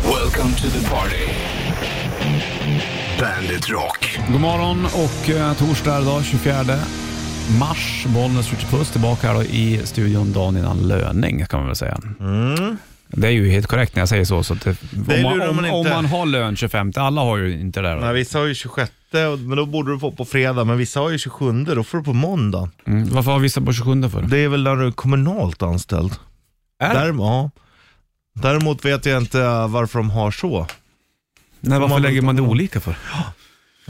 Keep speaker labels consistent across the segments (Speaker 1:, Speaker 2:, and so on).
Speaker 1: Welcome to the party. Bandit Rock.
Speaker 2: God morgon och eh, torsdag idag 24 mars. Bollnäs Ritchie Puss tillbaka här då i studion dagen innan löning kan man väl säga. Det är ju helt korrekt när jag säger så. så att Mm. det,
Speaker 3: Det
Speaker 2: om, man,
Speaker 3: lurar
Speaker 2: om,
Speaker 3: man inte.
Speaker 2: om man har lön 25, alla har ju inte det. Där,
Speaker 3: Nej, vissa har ju 26, och- men då borde du få på fredag. Men vissa har ju 27, då får du på måndag.
Speaker 2: Mm. Varför har vissa på 27 för?
Speaker 3: Det är väl när du är kommunalt anställd.
Speaker 2: Är det?
Speaker 3: Däremot, ja. Däremot vet jag inte äh, varför de har så.
Speaker 2: Nej, varför
Speaker 3: man
Speaker 2: lägger man det olika för?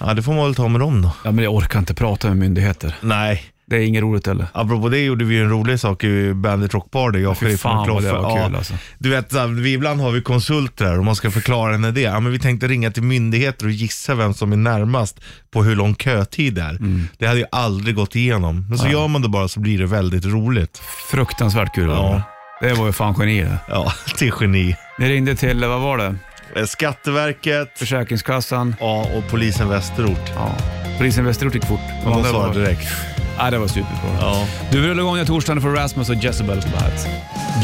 Speaker 3: Ja, det får man väl ta med dem då.
Speaker 2: Ja, men jag orkar inte prata med myndigheter.
Speaker 3: Nej,
Speaker 2: Det är inget roligt heller.
Speaker 3: apropå det gjorde vi ju en rolig sak i Bandit Rock Party. Jag,
Speaker 2: Fy
Speaker 3: sheriffen och
Speaker 2: fan vad det
Speaker 3: Kloffe.
Speaker 2: var kul
Speaker 3: ja,
Speaker 2: alltså.
Speaker 3: Du vet, så här, vi ibland har vi konsulter och man ska förklara en idé. Ja, men vi tänkte ringa till myndigheter och gissa vem som är närmast på hur lång kötid det är.
Speaker 2: Mm.
Speaker 3: Det hade ju aldrig gått igenom. Men så gör man det bara så blir det väldigt roligt.
Speaker 2: Fruktansvärt kul. var det.
Speaker 3: Ja.
Speaker 2: Det var ju fan geni det.
Speaker 3: Ja, till geni.
Speaker 2: Ni ringde till, vad var det?
Speaker 3: Eh, Skatteverket
Speaker 2: Försäkringskassan.
Speaker 3: ja, och polisen Västerort.
Speaker 2: Ja. Polisen Västerort gick fort. Ja,
Speaker 3: De
Speaker 2: det var-
Speaker 3: svarade direkt.
Speaker 2: Ja, det var superbra.
Speaker 3: Ja.
Speaker 2: Du vi rullar igång den torsdagen för Rasmus och Jezebel på bandet.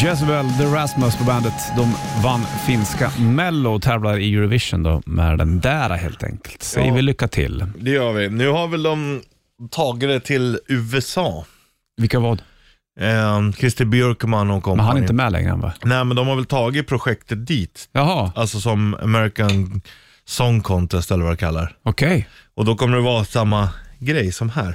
Speaker 2: Jezebel, The Rasmus på bandet. De vann finska Mello och tävlar i Eurovision då med den där helt enkelt. Säger
Speaker 3: Ja.
Speaker 2: vi lycka till.
Speaker 3: Det gör vi. Nu har väl de tagit det till USA.
Speaker 2: Vilka vad?
Speaker 3: Eh, Christer Björkman och
Speaker 2: Men han är
Speaker 3: kompani.
Speaker 2: inte med längre än va?
Speaker 3: Nej, men de har väl tagit projektet dit.
Speaker 2: Jaha,
Speaker 3: Alltså som American Song Contest eller vad det kallar.
Speaker 2: okej.
Speaker 3: Och då kommer det vara samma grej som här.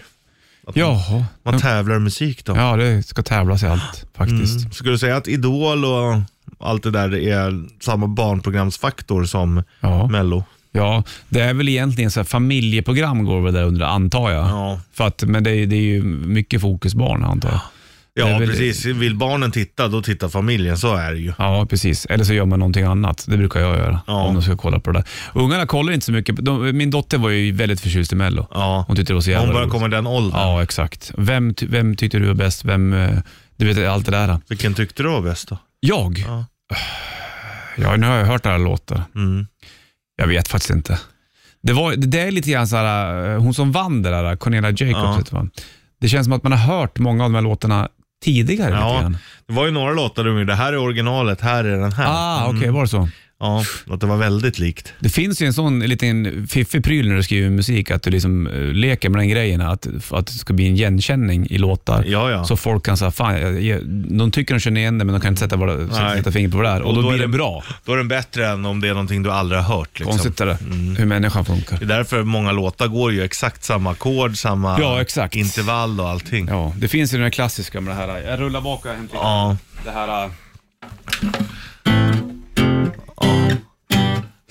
Speaker 3: Att
Speaker 2: Jaha.
Speaker 3: Man tävlar i musik då.
Speaker 2: Ja, det ska tävlas i allt faktiskt.
Speaker 3: Mm. Skulle du säga att Idol och allt det där är samma barnprogramsfaktor som
Speaker 2: Ja.
Speaker 3: Mello?
Speaker 2: ja, det är väl egentligen så här familjeprogram går väl där under antar jag.
Speaker 3: Ja.
Speaker 2: För att, men det är, det är ju mycket fokus barn antar jag. Det är
Speaker 3: Ja,
Speaker 2: väl-
Speaker 3: precis. Vill barnen titta, då tittar familjen. Så är det ju.
Speaker 2: Ja, precis. Eller så gör man någonting annat. Det brukar jag göra
Speaker 3: Ja.
Speaker 2: om de ska kolla på det där. Ungarna kollar inte så mycket. De, min dotter var ju väldigt förtjust i Mello.
Speaker 3: Ja.
Speaker 2: Hon tyckte det var så jävla
Speaker 3: Hon börjar
Speaker 2: roligt.
Speaker 3: komma i den åldern.
Speaker 2: Ja, exakt. Vem, ty- vem tyckte du var bäst? Vem, eh, du vet allt det där.
Speaker 3: Vilken tyckte du var bäst då?
Speaker 2: Jag?
Speaker 3: Ja.
Speaker 2: Ja, nu har jag hört alla låtar.
Speaker 3: Mm.
Speaker 2: Jag vet faktiskt inte. Det, var, det är lite grann så här, eh, hon som vann det där, Cornelia Jacobs
Speaker 3: Ja.
Speaker 2: heter hon. Det känns som att man har hört många av de här låtarna tidigare. Lite
Speaker 3: Ja,
Speaker 2: grann.
Speaker 3: det var ju några låtar du Det här är originalet, här är den här.
Speaker 2: Ah, okej, var det så?
Speaker 3: Ja, att det var väldigt likt.
Speaker 2: Det finns ju en sån liten fiffig pryl när du skriver musik, att du liksom eh, leker med den grejen, att, att det ska bli en igenkänning i låtar.
Speaker 3: Ja, ja.
Speaker 2: Så folk kan säga, fan, jag, jag, de tycker de känner igen det, men de kan inte sätta, vad, det-
Speaker 3: Nej.
Speaker 2: sätta fingret på vad det är. Och,
Speaker 3: Och
Speaker 2: då,
Speaker 3: då är
Speaker 2: blir det
Speaker 3: det-
Speaker 2: bra.
Speaker 3: Då är den bättre än om det är någonting du aldrig har hört. Liksom.
Speaker 2: Konstigt är det, hur människan funkar.
Speaker 3: Det är därför många låtar går ju exakt samma ackord, samma
Speaker 2: Ja, exakt.
Speaker 3: intervall och allting. Ja.
Speaker 2: Ja, det finns ju den här klassiska med det här, jag rullar bak och hämtar
Speaker 3: Ja.
Speaker 2: det här. eh,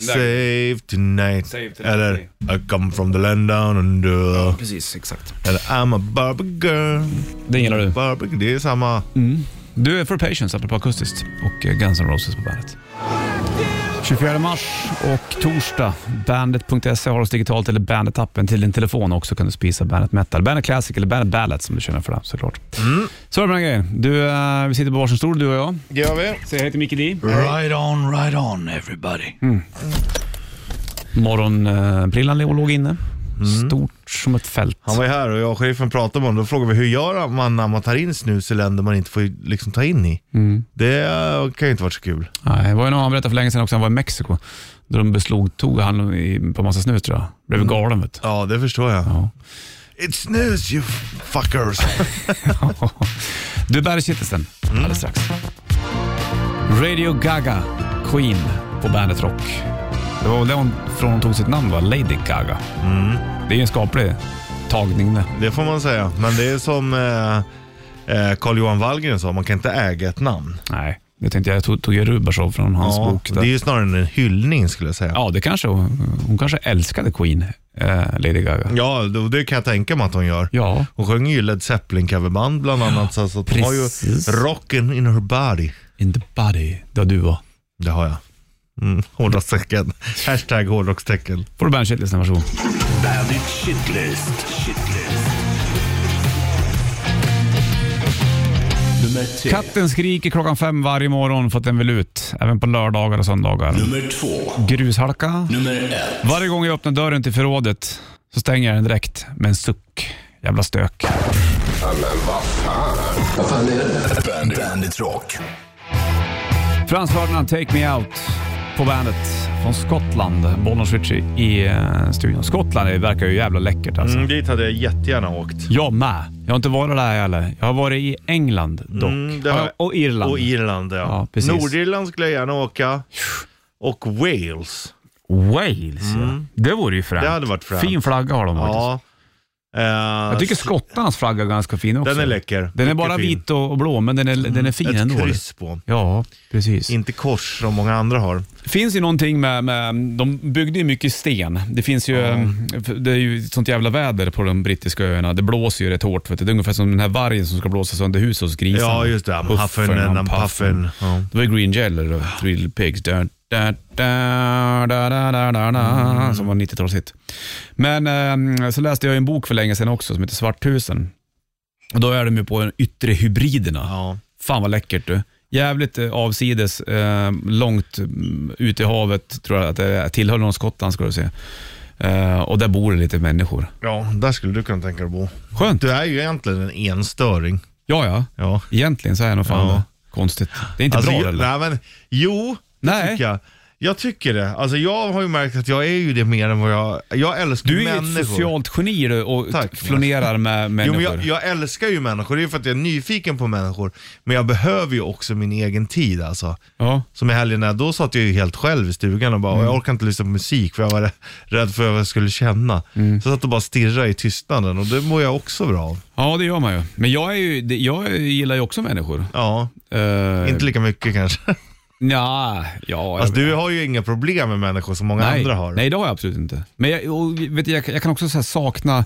Speaker 3: Save tonight.
Speaker 2: Save tonight.
Speaker 3: Eller I come from the land down under.
Speaker 2: Precis, exakt.
Speaker 3: Eller I'm a Barbie girl.
Speaker 2: Den gillar du.
Speaker 3: Barbie, det är samma.
Speaker 2: Mm. Du är för Patience, apropå akustiskt, och eh, Guns N' Roses på bandet. 24 mars och torsdag. Bandet.se E har oss digitalt eller Bandet-appen till din telefon också kan du spisa Bandet Metal, Bandet Classic eller Bandet Ballad som du känner för det såklart. Så är det med den grejen. Du, eh, vi sitter på varsin stol du och jag.
Speaker 3: Gör vi.
Speaker 2: Säg hej till Micke D.
Speaker 4: Right on, right on everybody.
Speaker 2: Morgonprillan eh, låg inne. Stort som ett fält.
Speaker 3: Han var ju här och jag och sheriffen pratade om det. Då frågade vi hur gör man när man tar in snus i länder man inte får liksom ta in i? Det eh, kan ju inte vara så kul.
Speaker 2: Nej, det var ju någon han berättade för länge sedan också, han var i Mexiko. Då de beslagtog han i- på massa snus tror jag. Blev galen vet du.
Speaker 3: Ja, det förstår jag.
Speaker 2: Ja.
Speaker 3: It's snus you fuckers.
Speaker 2: Du bär kittelsen alldeles strax. Radio Gaga, Queen på Bandet Rock. Det var väl det hon, från hon tog sitt namn va? Lady Gaga. Det är ju en skaplig tagning det.
Speaker 3: det får man säga. Men det är som eh, eh, Carl-Johan Wallgren sa, man kan inte äga ett namn.
Speaker 2: Nej, det tänkte jag. Jag tog, tog ju Rubersov från hans
Speaker 3: Ja,
Speaker 2: bok.
Speaker 3: det
Speaker 2: Där.
Speaker 3: är ju snarare en hyllning skulle jag säga.
Speaker 2: Ja, det kanske hon, hon kanske älskade Queen, eh, Lady Gaga.
Speaker 3: Ja, det, det kan jag tänka mig att hon gör.
Speaker 2: Ja,
Speaker 3: Hon sjöng ju Led Zeppelin-coverband bland annat, så att hon har ju
Speaker 2: precis.
Speaker 3: rocken in her body.
Speaker 2: in the body, där du var.
Speaker 3: Det har jag. Mm, hårdrockstecken. Hashtag hårdrockstecken.
Speaker 2: Får du bandshitlistan, varsågod.
Speaker 1: Bandit Shitlist. Shitlist. Nummer tre.
Speaker 2: Katten skriker klockan fem varje morgon för att den vill ut. Även på lördagar och söndagar.
Speaker 1: Nummer två.
Speaker 2: Grushalka.
Speaker 1: Nummer ett.
Speaker 2: Varje gång jag öppnar dörren till förrådet så stänger jag den direkt med en suck. Jävla stök.
Speaker 1: Bandit. Bandit Rock.
Speaker 2: Frans Ferdinand, Take Me Out. på bandet från Skottland. Bollnäs Ritchie i eh, studion. Skottland är- verkar ju jävla läckert alltså.
Speaker 3: Mm, dit hade jag jättegärna åkt.
Speaker 2: Jag med. Jag har inte varit där heller. Jag har varit i England dock.
Speaker 3: Mm, det har jag.
Speaker 2: och, och Irland.
Speaker 3: Och Irland ja.
Speaker 2: Ja, precis.
Speaker 3: Nordirland skulle jag gärna åka. Och Wales.
Speaker 2: Wales ja. Det vore ju fränt.
Speaker 3: Mm. Det hade varit fränt.
Speaker 2: Fin flagga har de faktiskt.
Speaker 3: Ja. Eh,
Speaker 2: Jag tycker skottarnas flagga är ganska fin också.
Speaker 3: Den är läcker.
Speaker 2: Den är
Speaker 3: Mycket
Speaker 2: bara
Speaker 3: fin. Mm.
Speaker 2: vit och, och blå, men den är, den är fin
Speaker 3: Ett
Speaker 2: ändå.
Speaker 3: kryss på.
Speaker 2: Ja, precis.
Speaker 3: Inte kors som många andra har.
Speaker 2: finns ju någonting med, med, de byggde ju mycket sten. Det finns ju, det är ju ett sånt jävla väder på de brittiska öarna. Det blåser ju rätt hårt. Vet du. Det är ungefär som den här vargen som ska blåsa sönder hus hos grisarna.
Speaker 3: Ja, just det.
Speaker 2: Puffen
Speaker 3: Huffen
Speaker 2: och
Speaker 3: and puffen. Ja.
Speaker 2: Det var ju Green Jelly och Thrill Pigs. Da, da, da, da, da, da, da,
Speaker 3: Mm.
Speaker 2: da, som var 90-talshit. Men eh, så läste jag ju en bok för länge sedan också som heter Svarthusen. Och då är de ju på den yttre hybriderna.
Speaker 3: Ja.
Speaker 2: Fan vad läckert du. Jävligt eh, avsides, eh, långt mm, ute i havet tror jag att det är. tillhör någon Skottland ska du se. Eh, och där bor det lite människor.
Speaker 3: ja, där skulle du kunna tänka dig bo.
Speaker 2: Skönt.
Speaker 3: Du är ju egentligen en enstöring.
Speaker 2: Ja, ja.
Speaker 3: Ja.
Speaker 2: Egentligen så är jag nog fan
Speaker 3: Ja.
Speaker 2: det. Konstigt. Det är inte
Speaker 3: Alltså,
Speaker 2: bra
Speaker 3: jag,
Speaker 2: eller?
Speaker 3: nej, men, jo, det
Speaker 2: Nej.
Speaker 3: tycker jag. Jag tycker det. Alltså, jag har ju märkt att jag är ju det mer än vad jag... Jag älskar
Speaker 2: Du är ju
Speaker 3: människor.
Speaker 2: ett socialt geni du, och
Speaker 3: Tack.
Speaker 2: flonerar med
Speaker 3: Jo,
Speaker 2: människor.
Speaker 3: men jag, jag älskar ju människor, det är ju för att jag är nyfiken på människor. Men jag behöver ju också min egen tid alltså.
Speaker 2: Ja.
Speaker 3: Som i helgen, där, då satt jag ju helt själv i stugan och bara,
Speaker 2: Mm.
Speaker 3: jag orkar inte lyssna på musik för jag var rädd för vad jag skulle känna.
Speaker 2: Mm.
Speaker 3: Så jag satt och bara stirrade i tystnaden och det mår jag också bra av.
Speaker 2: ja, det gör man ju. Men jag, är ju, det- jag gillar ju också människor.
Speaker 3: Ja,
Speaker 2: Uh,
Speaker 3: inte lika mycket kanske.
Speaker 2: Ja, ja. jag
Speaker 3: Alltså, du har ju inga problem med människor som många
Speaker 2: nej,
Speaker 3: andra har.
Speaker 2: Nej, det har jag absolut inte. Men jag, och, vet, du, jag, jag kan också så här sakna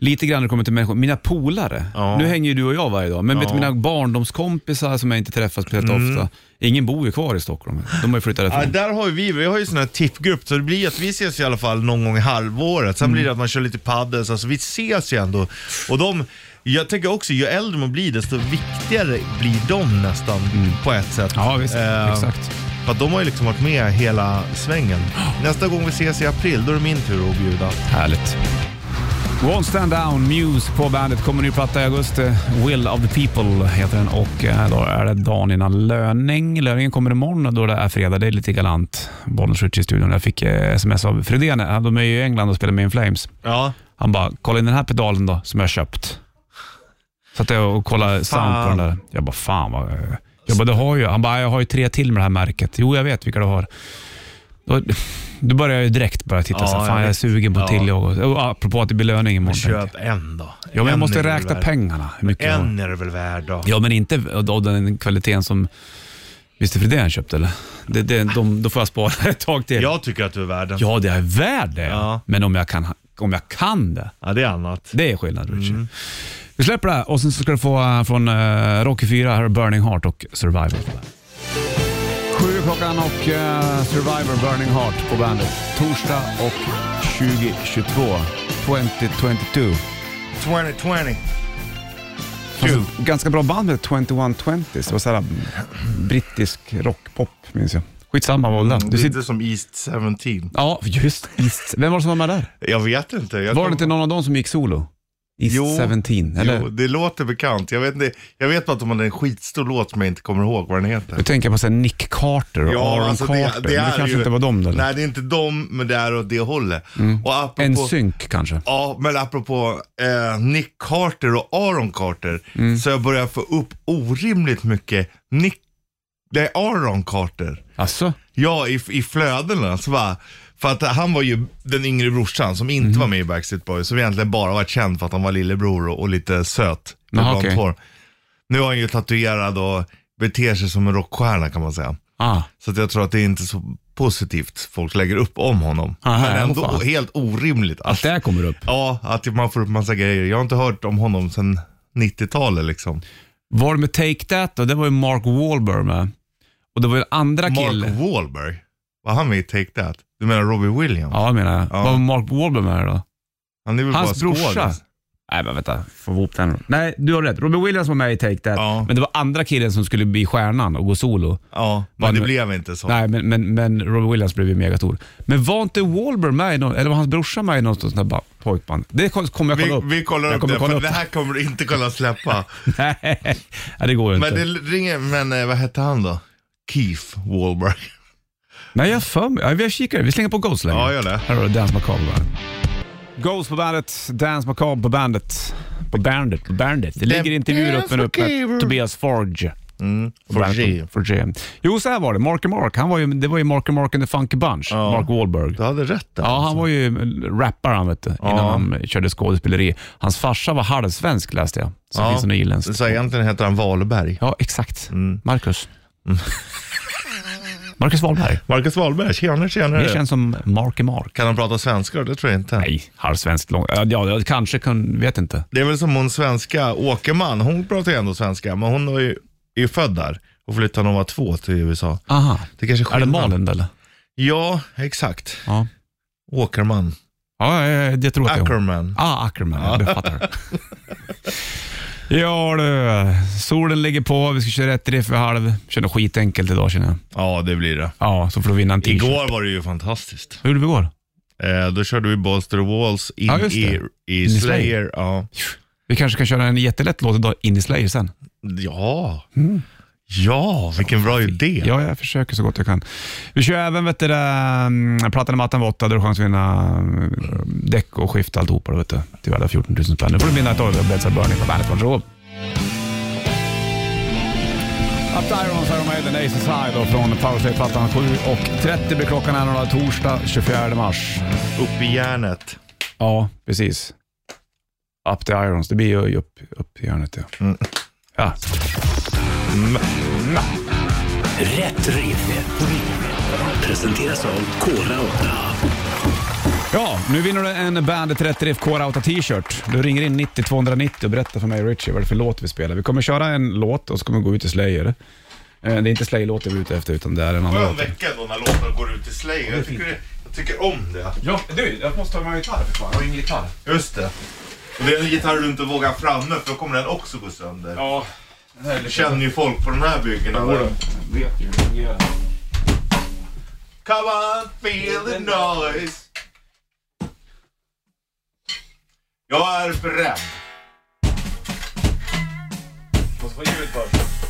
Speaker 2: lite grann när det kommer till människor. Mina polare,
Speaker 3: Ja.
Speaker 2: nu hänger ju du och jag varje dag, men vet,
Speaker 3: Ja. Mm.
Speaker 2: du, mina barndomskompisar som jag inte träffar speciellt ofta, ingen bor ju kvar i Stockholm. De har ju flyttat
Speaker 3: Ja,
Speaker 2: därifrån.
Speaker 3: där har ju vi, vi har ju sån här tippgrupp, så det blir ju att vi ses i alla fall någon gång i halvåret. Sen
Speaker 2: Mm.
Speaker 3: blir det att man kör lite padel, så alltså vi ses ju ändå. Och de, jag tänker också, ju äldre man blir desto viktigare blir de nästan på ett sätt.
Speaker 2: Mm. Ja, visst.
Speaker 3: Eh,
Speaker 2: Exakt.
Speaker 3: För att de har ju liksom varit med hela svängen. Nästa gång vi ses i april, då är det min tur att bjuda.
Speaker 2: Härligt. One Stand Down, Muse på bandet. Kommer ny platta i augusti. Will of the People heter den och eh, då är det dagen innan löning. Löningen kommer imorgon och då det är fredag. Det är lite galant. Bollnäs Ritchie i studion. Jag fick eh, sms av Fredén. Eh, De är ju i England och spelar med In Flames.
Speaker 3: Ja.
Speaker 2: Han bara, kolla in den här pedalen då som jag har köpt. Satt jag och kollade sound på den där. Jag bara, fan vad... eh." Jag bara, det har ju. Han bara, jag har ju tre till med det här märket. Jo, jag vet vilka du har. Då, då började jag ju direkt bara titta
Speaker 3: Ja,
Speaker 2: så så här,
Speaker 3: jag
Speaker 2: fan jag är
Speaker 3: vet.
Speaker 2: sugen på
Speaker 3: Ja.
Speaker 2: till jag. Och apropå att det blir löning imorgon. tänkte jag.
Speaker 3: Köp en då.
Speaker 2: Ja, men jag
Speaker 3: En är
Speaker 2: måste
Speaker 3: det väl
Speaker 2: räkna
Speaker 3: värd.
Speaker 2: pengarna. Hur mycket jag har.
Speaker 3: En är det väl värd då?
Speaker 2: Ja, men inte av den kvaliteten som Visst är det det han köpte eller? Det, det, de, då får jag spara ett tag till.
Speaker 3: Jag tycker att du är värd den.
Speaker 2: Ja, det är värd det.
Speaker 3: Ja.
Speaker 2: Men om jag, kan, om jag kan det.
Speaker 3: Ja, det är annat.
Speaker 2: Det är skillnad Richie. Vi släpper det här och sen så ska du få eh, från eh, Rocky 4, här är Burning Heart och Survivor. på bandet. Sju är klockan och eh, Survivor Burning Heart på bandet. Torsdag och 2022. 2022.
Speaker 3: 2020.
Speaker 2: Alltså, ganska bra band med 2120. Det var såhär mm, brittisk rockpop minns jag. Skitsamma vad det var. Du sitter...
Speaker 3: som East 17.
Speaker 2: Ja, just East. Vem var det som var med där?
Speaker 3: Jag vet inte. Jag
Speaker 2: Var
Speaker 3: kom-
Speaker 2: det inte någon av dem som gick solo? East
Speaker 3: Jo.
Speaker 2: 17, eller?
Speaker 3: Jo, det låter bekant. Jag vet, inte, jag vet bara att de hade en skitstor låt som jag inte kommer ihåg vad den heter. alltså,
Speaker 2: Då tänker jag på så här Nick Carter och Aaron Carter, men det kanske inte var dem. Eller? Mm.
Speaker 3: Nej, det är inte dem, men det är åt det hållet. Och apropå,
Speaker 2: En synk kanske.
Speaker 3: Ja, men apropå eh, Nick Carter och Aaron Carter,
Speaker 2: Mm.
Speaker 3: så jag börjar få upp orimligt mycket Nick, det är Aaron Carter.
Speaker 2: Alltså?
Speaker 3: Ja, i, i flödena. Så bara, för att han var ju den yngre brorsan som
Speaker 2: Mhm.
Speaker 3: inte var med i Backstreet Boys, som egentligen bara var känd för att han var lillebror och, och lite söt. Med
Speaker 2: Jaha,
Speaker 3: blont
Speaker 2: okej.
Speaker 3: hår. Nu är han ju tatuerad och beter sig som en rockstjärna kan man säga.
Speaker 2: Ah.
Speaker 3: Så att jag tror att det är inte så positivt folk lägger upp om honom.
Speaker 2: Aha,
Speaker 3: Men ändå
Speaker 2: åh, fan.
Speaker 3: helt orimligt.
Speaker 2: Allt det här kommer upp.
Speaker 3: Ja, att man får upp massa grejer. Jag har inte hört om honom sedan 90-talet liksom.
Speaker 2: Var det med Take That då? Det var ju Mark Wahlberg med. Och det var ju en andra
Speaker 3: Mark
Speaker 2: kille.
Speaker 3: Wahlberg, var han med i Take That? Du menar Robbie Williams?
Speaker 2: Ja, jag menar jag.
Speaker 3: Ja.
Speaker 2: Vad var Mark Wahlberg med då?
Speaker 3: Han är väl
Speaker 2: Hans
Speaker 3: bara
Speaker 2: brorsa.
Speaker 3: skådis.
Speaker 2: Nej, men vänta. Får vi ihop den. Nej, du har rätt. Robin Williams var med i Take That,
Speaker 3: Ja.
Speaker 2: men det var andra killen som skulle bli stjärnan och gå solo.
Speaker 3: Ja,
Speaker 2: Var
Speaker 3: men det
Speaker 2: nu-
Speaker 3: blev inte så.
Speaker 2: Nej, men, men, men Robin Williams blev ju megastor. Men var inte Wahlberg med i någon, eller var hans brorsa med i något sånt där ba- pojkband? Det kom- kommer jag kolla
Speaker 3: vi,
Speaker 2: upp.
Speaker 3: vi kollar
Speaker 2: jag
Speaker 3: upp
Speaker 2: kommer
Speaker 3: det,
Speaker 2: kolla
Speaker 3: för
Speaker 2: upp
Speaker 3: det här kommer du inte kunna släppa.
Speaker 2: Nej, det går ju
Speaker 3: men
Speaker 2: inte.
Speaker 3: det ringer, men eh, vad hette han då? Keith Wahlberg.
Speaker 2: Nej, jag har för mig. Ja, vi kikar. Vi slänger på Ghost så länge.
Speaker 3: Ja, gör det.
Speaker 2: Här har du Dance Macabre på bandet. Ghost på bandet, Dance Macabre på bandet. På bandet, på bandet. Det ligger intervjuer uppe nu med
Speaker 3: Macabre.
Speaker 2: Tobias Forge.
Speaker 3: Får se.
Speaker 2: Forge. Jo, så här var det. Marky Mark, han var ju, det var ju Marky Mark and the Funky Bunch. Mark Wahlberg.
Speaker 3: Du hade rätt där.
Speaker 2: Ja, han var ju rappare han vet du, innan
Speaker 3: Ja.
Speaker 2: han körde skådespeleri. Hans farsa var halvsvensk läste jag, så
Speaker 3: Ja.
Speaker 2: finns det något irländsk.
Speaker 3: Så egentligen heter han Wahlberg.
Speaker 2: Ja, exakt.
Speaker 3: Mm.
Speaker 2: Marcus. Marcus Wahlberg.
Speaker 3: Marcus Wahlberg, tjenare
Speaker 2: Det
Speaker 3: tjenare.
Speaker 2: känns som Marky Mark.
Speaker 3: Kan han prata svenska? Det tror jag inte.
Speaker 2: Nej, halvsvensk lång... Ja, ja, kanske, kan, vet inte.
Speaker 3: Det är väl som hon svenska, Åkerman, hon pratar ju ändå svenska, men hon är ju, är ju född där och flyttade när hon var två till USA.
Speaker 2: Aha.
Speaker 3: Det kanske
Speaker 2: Är det
Speaker 3: skillnad.
Speaker 2: Malin eller?
Speaker 3: Ja, exakt.
Speaker 2: Ja.
Speaker 3: Åkerman.
Speaker 2: Ja, ja, ja, jag tror att det är hon.
Speaker 3: Ackerman.
Speaker 2: Ah, Ackerman. Ja, jag fattar. Ja du, solen ligger på, vi ska köra ett riff vid halv. Kör något skitenkelt idag känner jag.
Speaker 3: Ja, det blir det.
Speaker 2: Ja, så får du vinna en t-shirt.
Speaker 3: Igår var det ju fantastiskt.
Speaker 2: Hur gjorde vi igår?
Speaker 3: Eh, då körde vi Bolster Walls in
Speaker 2: Ja, just det.
Speaker 3: i, i
Speaker 2: Slayer.
Speaker 3: Slayer. Ja.
Speaker 2: Vi kanske kan köra en jättelätt låt idag, In i Slayer sen.
Speaker 3: Ja. ja, vilken bra idé.
Speaker 2: Mm. Ja, jag försöker så gott jag kan. Vi kör även vet du, det där, mm, plattan i mattan var åtta, då har du chans att vinna mm, däck och skift alltihopa. då, Vet du. Till värde av 14 000 spänn. Nu får du vinna ett år av Blades of Burning på bandet. Varsågod. Up to Irons, Iron Maiden, Ace Side och från Powerplay-plattan 7.30 blir klockan här några torsdag 24 mars.
Speaker 3: Upp i järnet.
Speaker 2: Ja, precis. Up to Irons, det blir ju upp, upp i hörnet ja. ja.
Speaker 1: Rätt riff. Rätt riff. Presenteras av Kora 8.
Speaker 2: Ja, nu vinner du en Bandet 30 Riff Core Outta t-shirt. Du ringer in 90 290 och berättar för mig och Richie vad det är för låt vi spelar. Vi kommer köra en låt och så kommer vi gå ut i Slayer. Eh, Det är inte Slayer-låten vi är ute efter utan det är en annan låt.
Speaker 3: vecka då när låtarna går ut i Slayer. Jag tycker, jag tycker om det.
Speaker 2: Ja, du, jag måste ta med gitarr för fan. Jag har ingen gitarr.
Speaker 3: Just det. Och det är en gitarr du inte vågar framme för då kommer den också gå sönder.
Speaker 2: Ja, den här är
Speaker 3: Jag känner ju folk på de här byggena. va?
Speaker 2: vet ju hur det fungerar.
Speaker 3: Come on, feel the noise. Jag är bränd.
Speaker 2: Måste få ljudet först.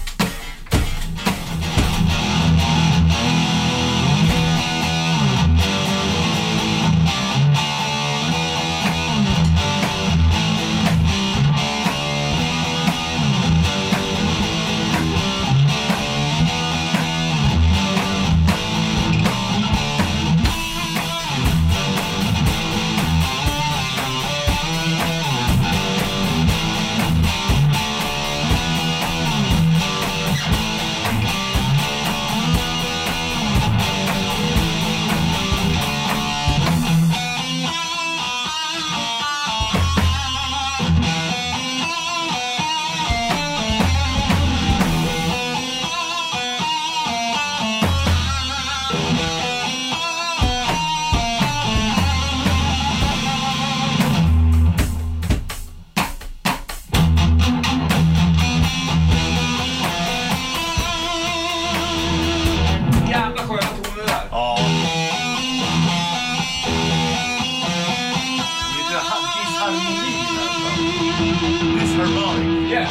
Speaker 2: Jävla sköna toner där.
Speaker 3: Ja.
Speaker 2: Lite
Speaker 3: disharmoni nästan. Disharmonic.
Speaker 2: Yeah.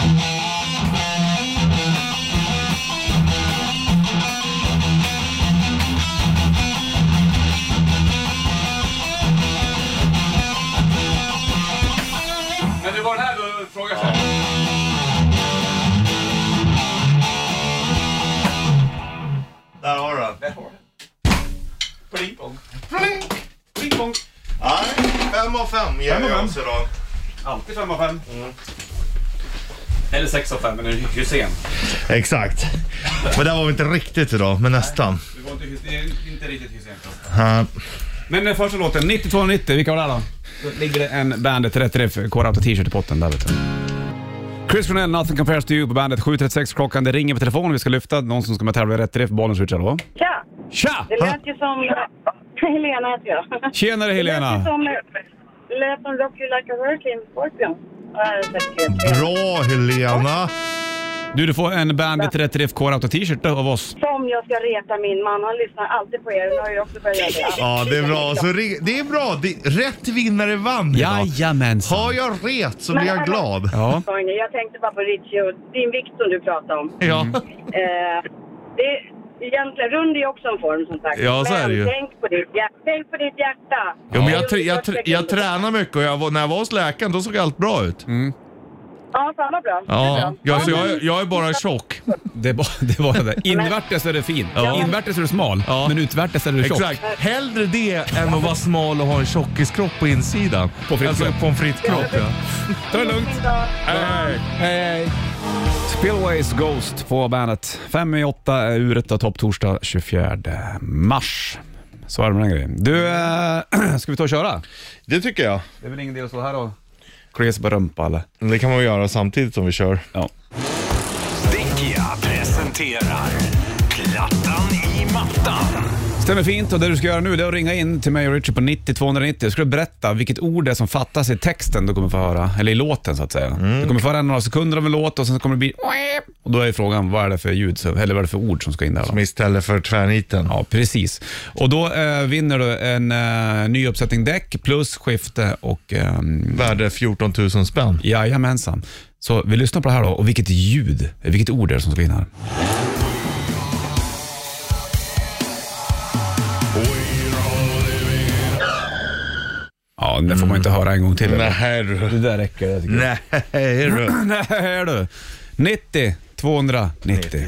Speaker 2: Men det var den här du frågade för.
Speaker 3: Där har du den.
Speaker 2: Där har du. Pling pong. Pling pong.
Speaker 3: Nej, fem av fem ger
Speaker 2: Fem av
Speaker 3: jag
Speaker 2: fem.
Speaker 3: oss idag.
Speaker 2: Alltid fem av fem. Mm. Eller sex av fem, men du är ju sen.
Speaker 3: Exakt. Men där var vi inte riktigt idag, men nästan.
Speaker 2: Du var inte, det är inte riktigt hysen.
Speaker 3: Ja.
Speaker 2: Men den första låten, 9290, vilka var det här då? Då ligger det en Bandet Rätt Riff K-Rauta t-shirt i potten där vet du. Chris Cornell, Nothing Compares To You på Bandet. 7.36 klockan, det ringer på telefonen. Vi ska lyfta någon som ska med tävla i Rätt Riff. Bollen switchar då.
Speaker 5: Tja!
Speaker 2: Tja!
Speaker 5: Det lät ju som... Helena heter jag.
Speaker 2: Tjenare
Speaker 5: Det lät ju
Speaker 2: Helena!
Speaker 5: som... Det lät som Rock You Like a Hurricane Scorpion. Ja, det är säkert kul.
Speaker 3: Bra Helena!
Speaker 2: Du, du får en Bandet Rätt Riff K-Rauta t-shirt av oss.
Speaker 5: Som jag ska reta min man. Han lyssnar alltid på er. Nu har jag också börjat göra det.
Speaker 3: Ja, det är bra. Så ri- det är bra. Det- Rätt vinnare vann idag.
Speaker 2: Jajamensan!
Speaker 3: Har jag ret så blir jag glad.
Speaker 2: Ja.
Speaker 3: Mm.
Speaker 5: Jag tänkte bara på Richie och din vikt som du pratade om.
Speaker 3: Ja.
Speaker 5: Eh, det, egentligen, rund är också en form som sagt.
Speaker 3: Ja, så är det ju.
Speaker 5: Men tänk på ditt, hjär- tänk på ditt hjärta.
Speaker 3: Jo, men jag,
Speaker 5: Det är
Speaker 3: tr- jag, tr- jag
Speaker 5: underbart.
Speaker 3: tränar mycket och jag var, när jag var hos läkaren då såg allt bra ut.
Speaker 5: Ja, fan vad bra. Det är
Speaker 3: Mm. Ja,
Speaker 5: bra.
Speaker 3: ja så jag, jag är bara tjock.
Speaker 2: Det var det. Var det. där. Invärtes är du fin,
Speaker 3: Ja.
Speaker 2: invärtes är du smal,
Speaker 3: Ja.
Speaker 2: men utvärtes är du tjock.
Speaker 3: Exakt. Hellre det än att vara smal och ha en tjockiskropp på insidan.
Speaker 2: Pommes frites
Speaker 3: alltså
Speaker 2: kropp.
Speaker 3: pommes frites-kropp ja.
Speaker 2: Ta det lugnt.
Speaker 3: Hej.
Speaker 2: Hej, hej. Spillways Ghost på bandet. Fem i åtta är uret då, topp torsdag 24 mars. Så är det med den grejen. Du, eh, ska vi ta och köra?
Speaker 3: Det tycker jag.
Speaker 2: Det är väl ingen idé att stå här och klia sig på rumpa eller?
Speaker 3: Det kan man ju göra samtidigt som vi kör.
Speaker 2: Ja.
Speaker 1: Stinkia presenterar Plattan i mattan.
Speaker 2: Stämmer fint och det du ska göra nu det är att ringa in till mig och Richard på 90 290. Ska du berätta vilket ord det är som fattas i texten du kommer få höra, eller i låten så att säga. Du kommer få höra några sekunder av en låt och sen kommer det bli... Och då är frågan, vad är det för ljud, som- eller vad är det för ord som ska in där? Då?
Speaker 3: Som istället för tvärniten.
Speaker 2: Ja, precis. Och då eh, vinner du en eh, ny uppsättning däck plus skifte och... ehm,
Speaker 3: Värde 14 000 spänn.
Speaker 2: jajamensan. Så vi lyssnar på det här då och vilket ljud, vilket ord är det som ska in här? Ja, det får man inte höra en gång till. eller?
Speaker 3: Nej
Speaker 2: Det
Speaker 3: du.
Speaker 2: där räcker det tycker jag.
Speaker 3: Nej du.
Speaker 2: Nej du. 90 290.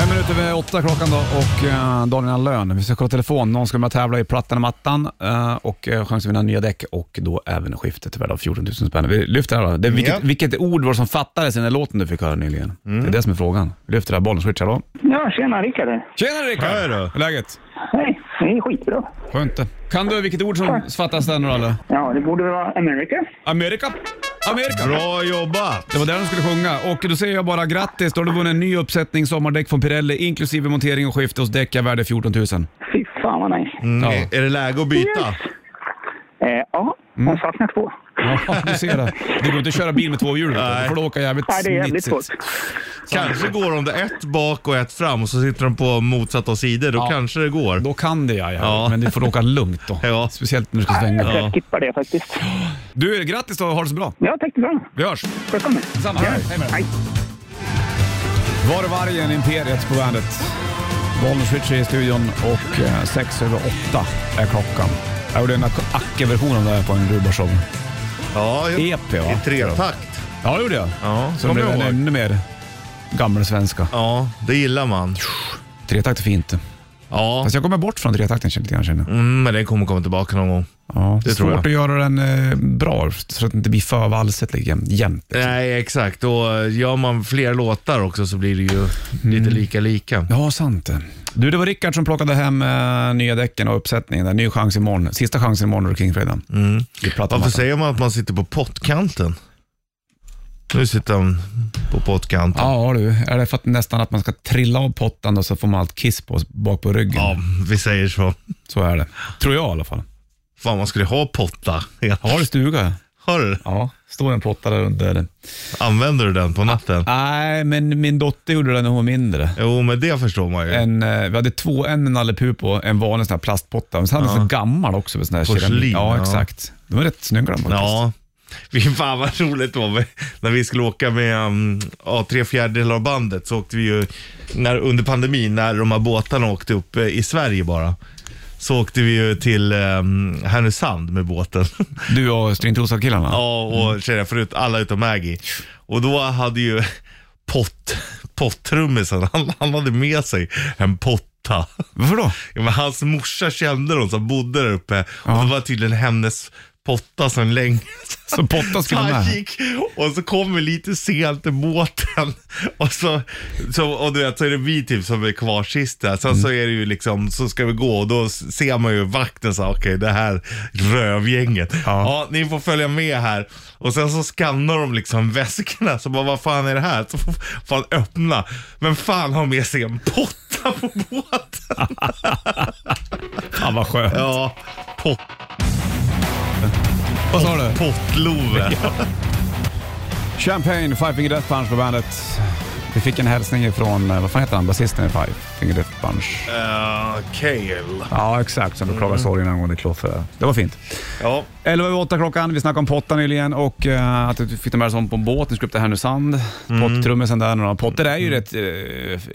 Speaker 2: En minut över åtta klockan då och eh, Daniel har lön. Vi ska kolla telefon. Någon ska med och tävla i plattan och mattan eh, och eh, chans att vinna nya däck och då även skiftet till värde av 14 000 spänn. Vi lyfter det här då. Det, är vilket,
Speaker 3: Ja.
Speaker 2: vilket ord var det som fattades i den här låten du fick höra nyligen? Det är det som är frågan. Vi lyfter det här. Bollen switchar då.
Speaker 6: Ja, tjena Rickard.
Speaker 2: Tjena Rickard!
Speaker 3: Hej då.
Speaker 2: Hur är läget?
Speaker 6: Hej, det är skitbra.
Speaker 2: Skönt det. Kan du vilket ord som fattas där nu då, eller?
Speaker 6: Ja, det borde väl vara America.
Speaker 2: Amerika? Amerika!
Speaker 3: Bra jobbat.
Speaker 2: Det var där de skulle sjunga och då säger jag bara grattis. Då har du vunnit en ny uppsättning sommardäck från Pirelli inklusive montering och skifte hos Däcka värde 14 000.
Speaker 6: Fy fan vad nice.
Speaker 3: Mm.
Speaker 2: Ja.
Speaker 3: Är det läge att byta?
Speaker 6: Eh, ja, man saknar två.
Speaker 2: Ja, du ser det. Det går inte att köra bil med två hjul.
Speaker 3: Nej.
Speaker 2: Då får du åka jävligt
Speaker 6: Nej, det är jävligt svårt.
Speaker 2: snitsigt.
Speaker 3: Kanske går de där ett bak och ett fram och så sitter de på motsatta sidor. Då
Speaker 2: Ja.
Speaker 3: kanske det går.
Speaker 2: Då kan det jag, ja.
Speaker 3: Ja.
Speaker 2: men du får åka lugnt då.
Speaker 3: Ja.
Speaker 2: Speciellt när du ska svänga.
Speaker 6: Jag skippar det faktiskt.
Speaker 2: Du, grattis då. Ha det så bra.
Speaker 6: Ja, tack bra.
Speaker 2: Vi hörs.
Speaker 6: Välkommen.
Speaker 2: Detsamma. Hej med dig.
Speaker 6: Hej.
Speaker 2: Var och vargen, Imperiet på bandet. Bollnäs Ritchie i studion och eh, sex över åtta är klockan. Jag gjorde en Acke-version av det här på en Rubarsson.
Speaker 3: Ja, i,
Speaker 2: EP va?
Speaker 3: i tretakt.
Speaker 2: Ja, det gjorde jag.
Speaker 3: Ja,
Speaker 2: Så det
Speaker 3: kommer
Speaker 2: blev
Speaker 3: jag
Speaker 2: en
Speaker 3: ihåg.
Speaker 2: ännu mer gammal svenska.
Speaker 3: Ja, det gillar man.
Speaker 2: Tretakt är fint.
Speaker 3: Ja,
Speaker 2: Fast jag kommer bort från tretakten lite grann känner jag.
Speaker 3: mm, men det kommer komma tillbaka någon gång.
Speaker 2: Ja, det är
Speaker 3: tror
Speaker 2: svårt
Speaker 3: jag.
Speaker 2: att göra den eh, bra så att det inte blir för valset liksom, jäm- jämt.
Speaker 3: Nej, exakt. Och gör man fler låtar också så blir det ju lite lika lika.
Speaker 2: Ja, sant det. Du, det var Rickard som plockade hem eh, nya däcken och uppsättningen. där. Ny chans imorgon. Sista chansen imorgon när det är Kingfredag.
Speaker 3: Mm.
Speaker 2: Vi pratar om
Speaker 3: Varför
Speaker 2: det.
Speaker 3: säger man att man sitter på pottkanten? Nu sitter han på pottkanten.
Speaker 2: Ja du, är det för att nästan att man ska trilla av pottan och så får man allt kiss på, bak på ryggen?
Speaker 3: Ja, vi säger så.
Speaker 2: Så är det. Tror jag i alla fall.
Speaker 3: Fan, man skulle ha potta.
Speaker 2: Har du stuga?
Speaker 3: Har du?
Speaker 2: Ja, står en potta där under.
Speaker 3: Använder du den på natten?
Speaker 2: Nej, men min dotter gjorde det när hon var mindre.
Speaker 3: Jo, men det förstår man ju.
Speaker 2: En, eh, vi hade två, en med Nalle Puh på, en vanlig sån här plastpotta. Men sen hade vi en sån gammal också. Med sån här
Speaker 3: Porslin,
Speaker 2: keramik. Ja,
Speaker 3: ja.
Speaker 2: exakt. De var rätt snygga de faktiskt.
Speaker 3: Ja. Vi, fan vad roligt det var med- när vi skulle åka med um, ja, tre fjärdedelar av bandet så åkte vi ju när, under pandemin när de här båtarna åkte upp eh, i Sverige bara. Så åkte vi ju till um, Härnösand med båten.
Speaker 2: Du och Stringtrosa-killarna?
Speaker 3: ja,
Speaker 2: mm.
Speaker 3: och tjejerna förut, alla utom Maggie. Och då hade ju pott, pottrummisen, han, han hade med sig en potta.
Speaker 2: Varför då?
Speaker 3: Ja, men hans morsa kände någon som bodde där uppe och det var tydligen hennes potta sedan länge.
Speaker 2: Så potta
Speaker 3: Så
Speaker 2: skulle vara
Speaker 3: han
Speaker 2: med?
Speaker 3: gick och så kommer vi lite sent till båten. Och så, så, och du vet, så är det vi typ som är kvar sist där.
Speaker 2: Mm.
Speaker 3: Sen så är det ju liksom, så ska vi gå och då ser man ju vakten så här, okej det här rövgänget. Ja. ni får följa med här. Och sen så skannar de liksom väskorna, så bara vad fan är det här? Så får fan öppna. Men fan har med sig en potta på båten.
Speaker 2: Fan vad skönt.
Speaker 3: Ja, pot,
Speaker 2: Vad sa du?
Speaker 3: pottlove.
Speaker 2: Champagne, Five Finger Death Punch på bandet. Vi fick en hälsning från, eh, vad fan heter han, basisten i Five Finger Death Punch?
Speaker 3: Uh, Kale.
Speaker 2: Ja, exakt. Som beklagar sorgen angående kloffe. Det var fint.
Speaker 3: Ja.
Speaker 2: 11 över 8 klockan, vi snackade om Potta nyligen och eh, att du fick ta med dig på en båt, ni skulle upp till Härnösand.
Speaker 3: Mm.
Speaker 2: Pottrummisen där, några potter är ju rätt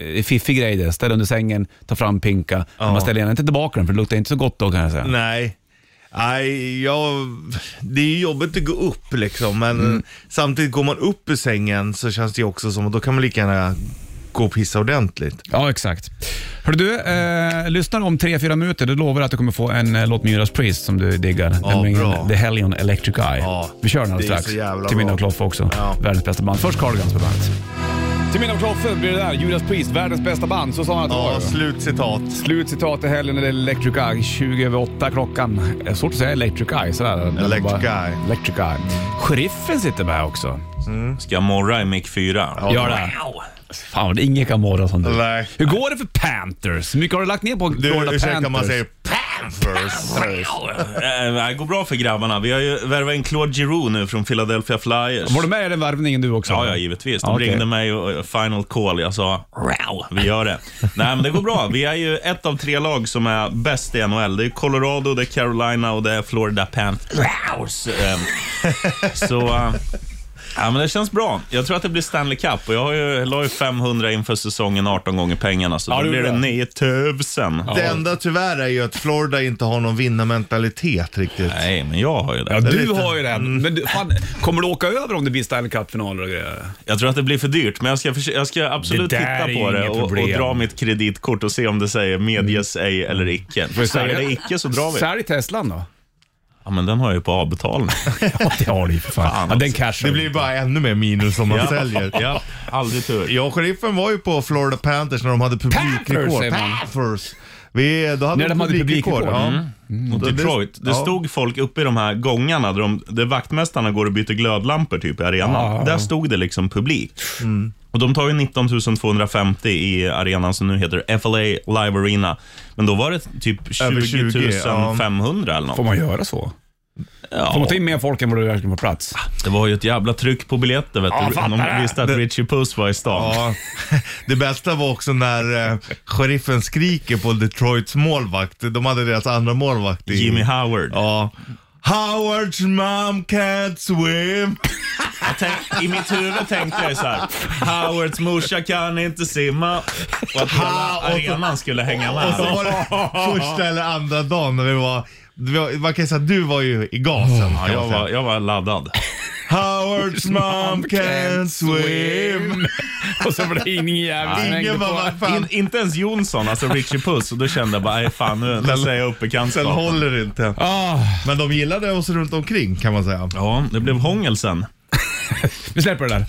Speaker 2: uh, fiffig grej det. Ställ under sängen, ta fram pinka. Men man ställer gärna inte tillbaka den för det luktar inte så gott då kan jag säga.
Speaker 3: Nej. Nej, jag, det är ju jobbigt att gå upp liksom, men samtidigt går man upp ur sängen så känns det ju också som att då kan man lika gärna gå och pissa ordentligt.
Speaker 2: Ja, exakt. Hör du, eh, lyssnar om 3-4 minuter, då lovar jag att du kommer få en eh, låt med Judas Priest som du diggar.
Speaker 3: Ja, bra.
Speaker 2: The Hellion Electric Eye.
Speaker 3: Ja,
Speaker 2: Vi kör den alldeles
Speaker 3: det är
Speaker 2: strax.
Speaker 3: så jävla
Speaker 2: Till minne
Speaker 3: bra.
Speaker 2: av Kloffe också.
Speaker 3: Ja.
Speaker 2: Världens bästa band. Först Cardigans på bandet. Till minne av Kloffe blir det där. Judas Priest, världens bästa band. Så sa han att det var.
Speaker 3: Ja,
Speaker 2: ju.
Speaker 3: slutcitat.
Speaker 2: Slutcitat i helgen, det är Electric Eye, 20 över 8 klockan. Eh, Svårt att säga Electric Eye sådär. Men
Speaker 3: Electric
Speaker 2: bara-
Speaker 3: Eye.
Speaker 2: Electric Eye. Sheriffen sitter med också.
Speaker 7: Ska jag morra i mick 4?
Speaker 3: Ja.
Speaker 2: Gör det. Fan, det är ingen kan morra som du.
Speaker 3: Nej.
Speaker 2: Hur går det för Panthers? Hur mycket har du lagt ner på
Speaker 3: Du,
Speaker 2: Florida
Speaker 3: ursäkta,
Speaker 2: Panthers?
Speaker 3: man säger Panthers.
Speaker 7: Det Äh, går bra för grabbarna. Vi har ju värvat in Claude Giroux nu från Philadelphia Flyers.
Speaker 2: Var du med i den värvningen du också?
Speaker 7: Ja, ja, givetvis. De
Speaker 2: Ja, okej.
Speaker 7: ringde mig och och final call. Jag sa wow, vi gör det. Nej, men det går bra. Vi är ju ett av tre lag som är bäst i NHL. Det är Colorado, det är Carolina och det är Florida Panthers. Ehm, Så... eh, Ja, men det känns bra. Jag tror att det blir Stanley Cup och jag har ju, la ju 500 inför säsongen, 18 gånger pengarna, så
Speaker 2: Ja, det
Speaker 7: då blir
Speaker 2: gjorde
Speaker 7: det
Speaker 2: jag.
Speaker 7: 9000.
Speaker 3: Det enda tyvärr är ju att Florida inte har någon vinnarmentalitet riktigt.
Speaker 7: Nej, men jag har ju det.
Speaker 2: Ja, du
Speaker 3: lite- Mm.
Speaker 2: har ju den. Men du, fan, kommer du åka över om det blir Stanley Cup-finaler och grejer?
Speaker 7: Jag tror att det blir för dyrt, men jag ska, förs- jag ska absolut
Speaker 2: Det där
Speaker 7: titta
Speaker 2: är
Speaker 7: på det
Speaker 2: inget
Speaker 7: och, och
Speaker 2: problem.
Speaker 7: dra mitt kreditkort och se om det säger medges ej eller icke. Säger det icke så drar vi.
Speaker 2: Sälj Teslan då.
Speaker 7: Ja, men den har jag ju på avbetalning.
Speaker 2: Ja, det har du ju för fan.
Speaker 7: Fan
Speaker 2: ja, den
Speaker 7: också.
Speaker 2: cashar
Speaker 3: alltså. Det
Speaker 2: du.
Speaker 3: blir bara ännu mer minus om man
Speaker 7: Ja.
Speaker 3: säljer.
Speaker 7: ja, aldrig tur.
Speaker 3: Jag och sheriffen var ju på Florida Panthers när de hade
Speaker 2: Panthers,
Speaker 3: publikrekord.
Speaker 2: säger man.
Speaker 3: Panthers! Vi, då hade
Speaker 2: När
Speaker 3: de
Speaker 2: de hade
Speaker 3: publikrekord.
Speaker 2: publikrekord.
Speaker 3: Ja.
Speaker 7: Mot
Speaker 3: Det- det-
Speaker 7: Detroit. Det
Speaker 3: ja.
Speaker 7: stod folk uppe i de här gångarna där, de, där vaktmästarna går och byter glödlampor typ i arenan.
Speaker 2: Ja.
Speaker 7: Där stod det liksom publik. Och De tar ju 19 250 i arenan som nu heter FLA Live Arena. Men då var det typ
Speaker 3: Över
Speaker 7: 20
Speaker 3: 20, ja.
Speaker 7: 500 eller något.
Speaker 2: Får man göra så?
Speaker 7: Ja.
Speaker 2: Får man ta in mer folk än vad du verkligen får plats?
Speaker 7: Det var ju ett jävla tryck på biljetter vet
Speaker 2: Ja,
Speaker 7: du.
Speaker 2: fattar det.
Speaker 7: De visste att Richie Puss var i stan.
Speaker 3: Ja, det bästa var också när eh, sheriffen skriker på Detroits målvakt. De hade deras andra målvakt i...
Speaker 7: Jimmy Howard.
Speaker 3: Ja. Howards mom can't swim.
Speaker 7: Jag tänk, I mitt huvud tänkte jag så här. Howards morsa kan inte simma. Och att hela
Speaker 3: Ha- och så-
Speaker 7: arenan skulle hänga
Speaker 3: Och så
Speaker 7: med.
Speaker 3: var det första eller andra dagen när vi var... det var- Man kan säga att du var ju i gasen. kan man
Speaker 7: Ja, jag,
Speaker 3: säga.
Speaker 7: var, jag var laddad.
Speaker 3: Howards mom can't swim.
Speaker 2: och så var det ingen jävla
Speaker 3: Ingen var vad fan.
Speaker 7: In, inte ens Jonsson, alltså Richie Puss. Och då kände jag bara, nej fan nu, nu säger jag upp
Speaker 3: Den
Speaker 7: bekantskapen.
Speaker 3: håller det inte.
Speaker 2: Ah,
Speaker 3: Men de gillade oss runt omkring kan man säga.
Speaker 7: Ja, det blev hångel sen.
Speaker 2: vi släpper det där.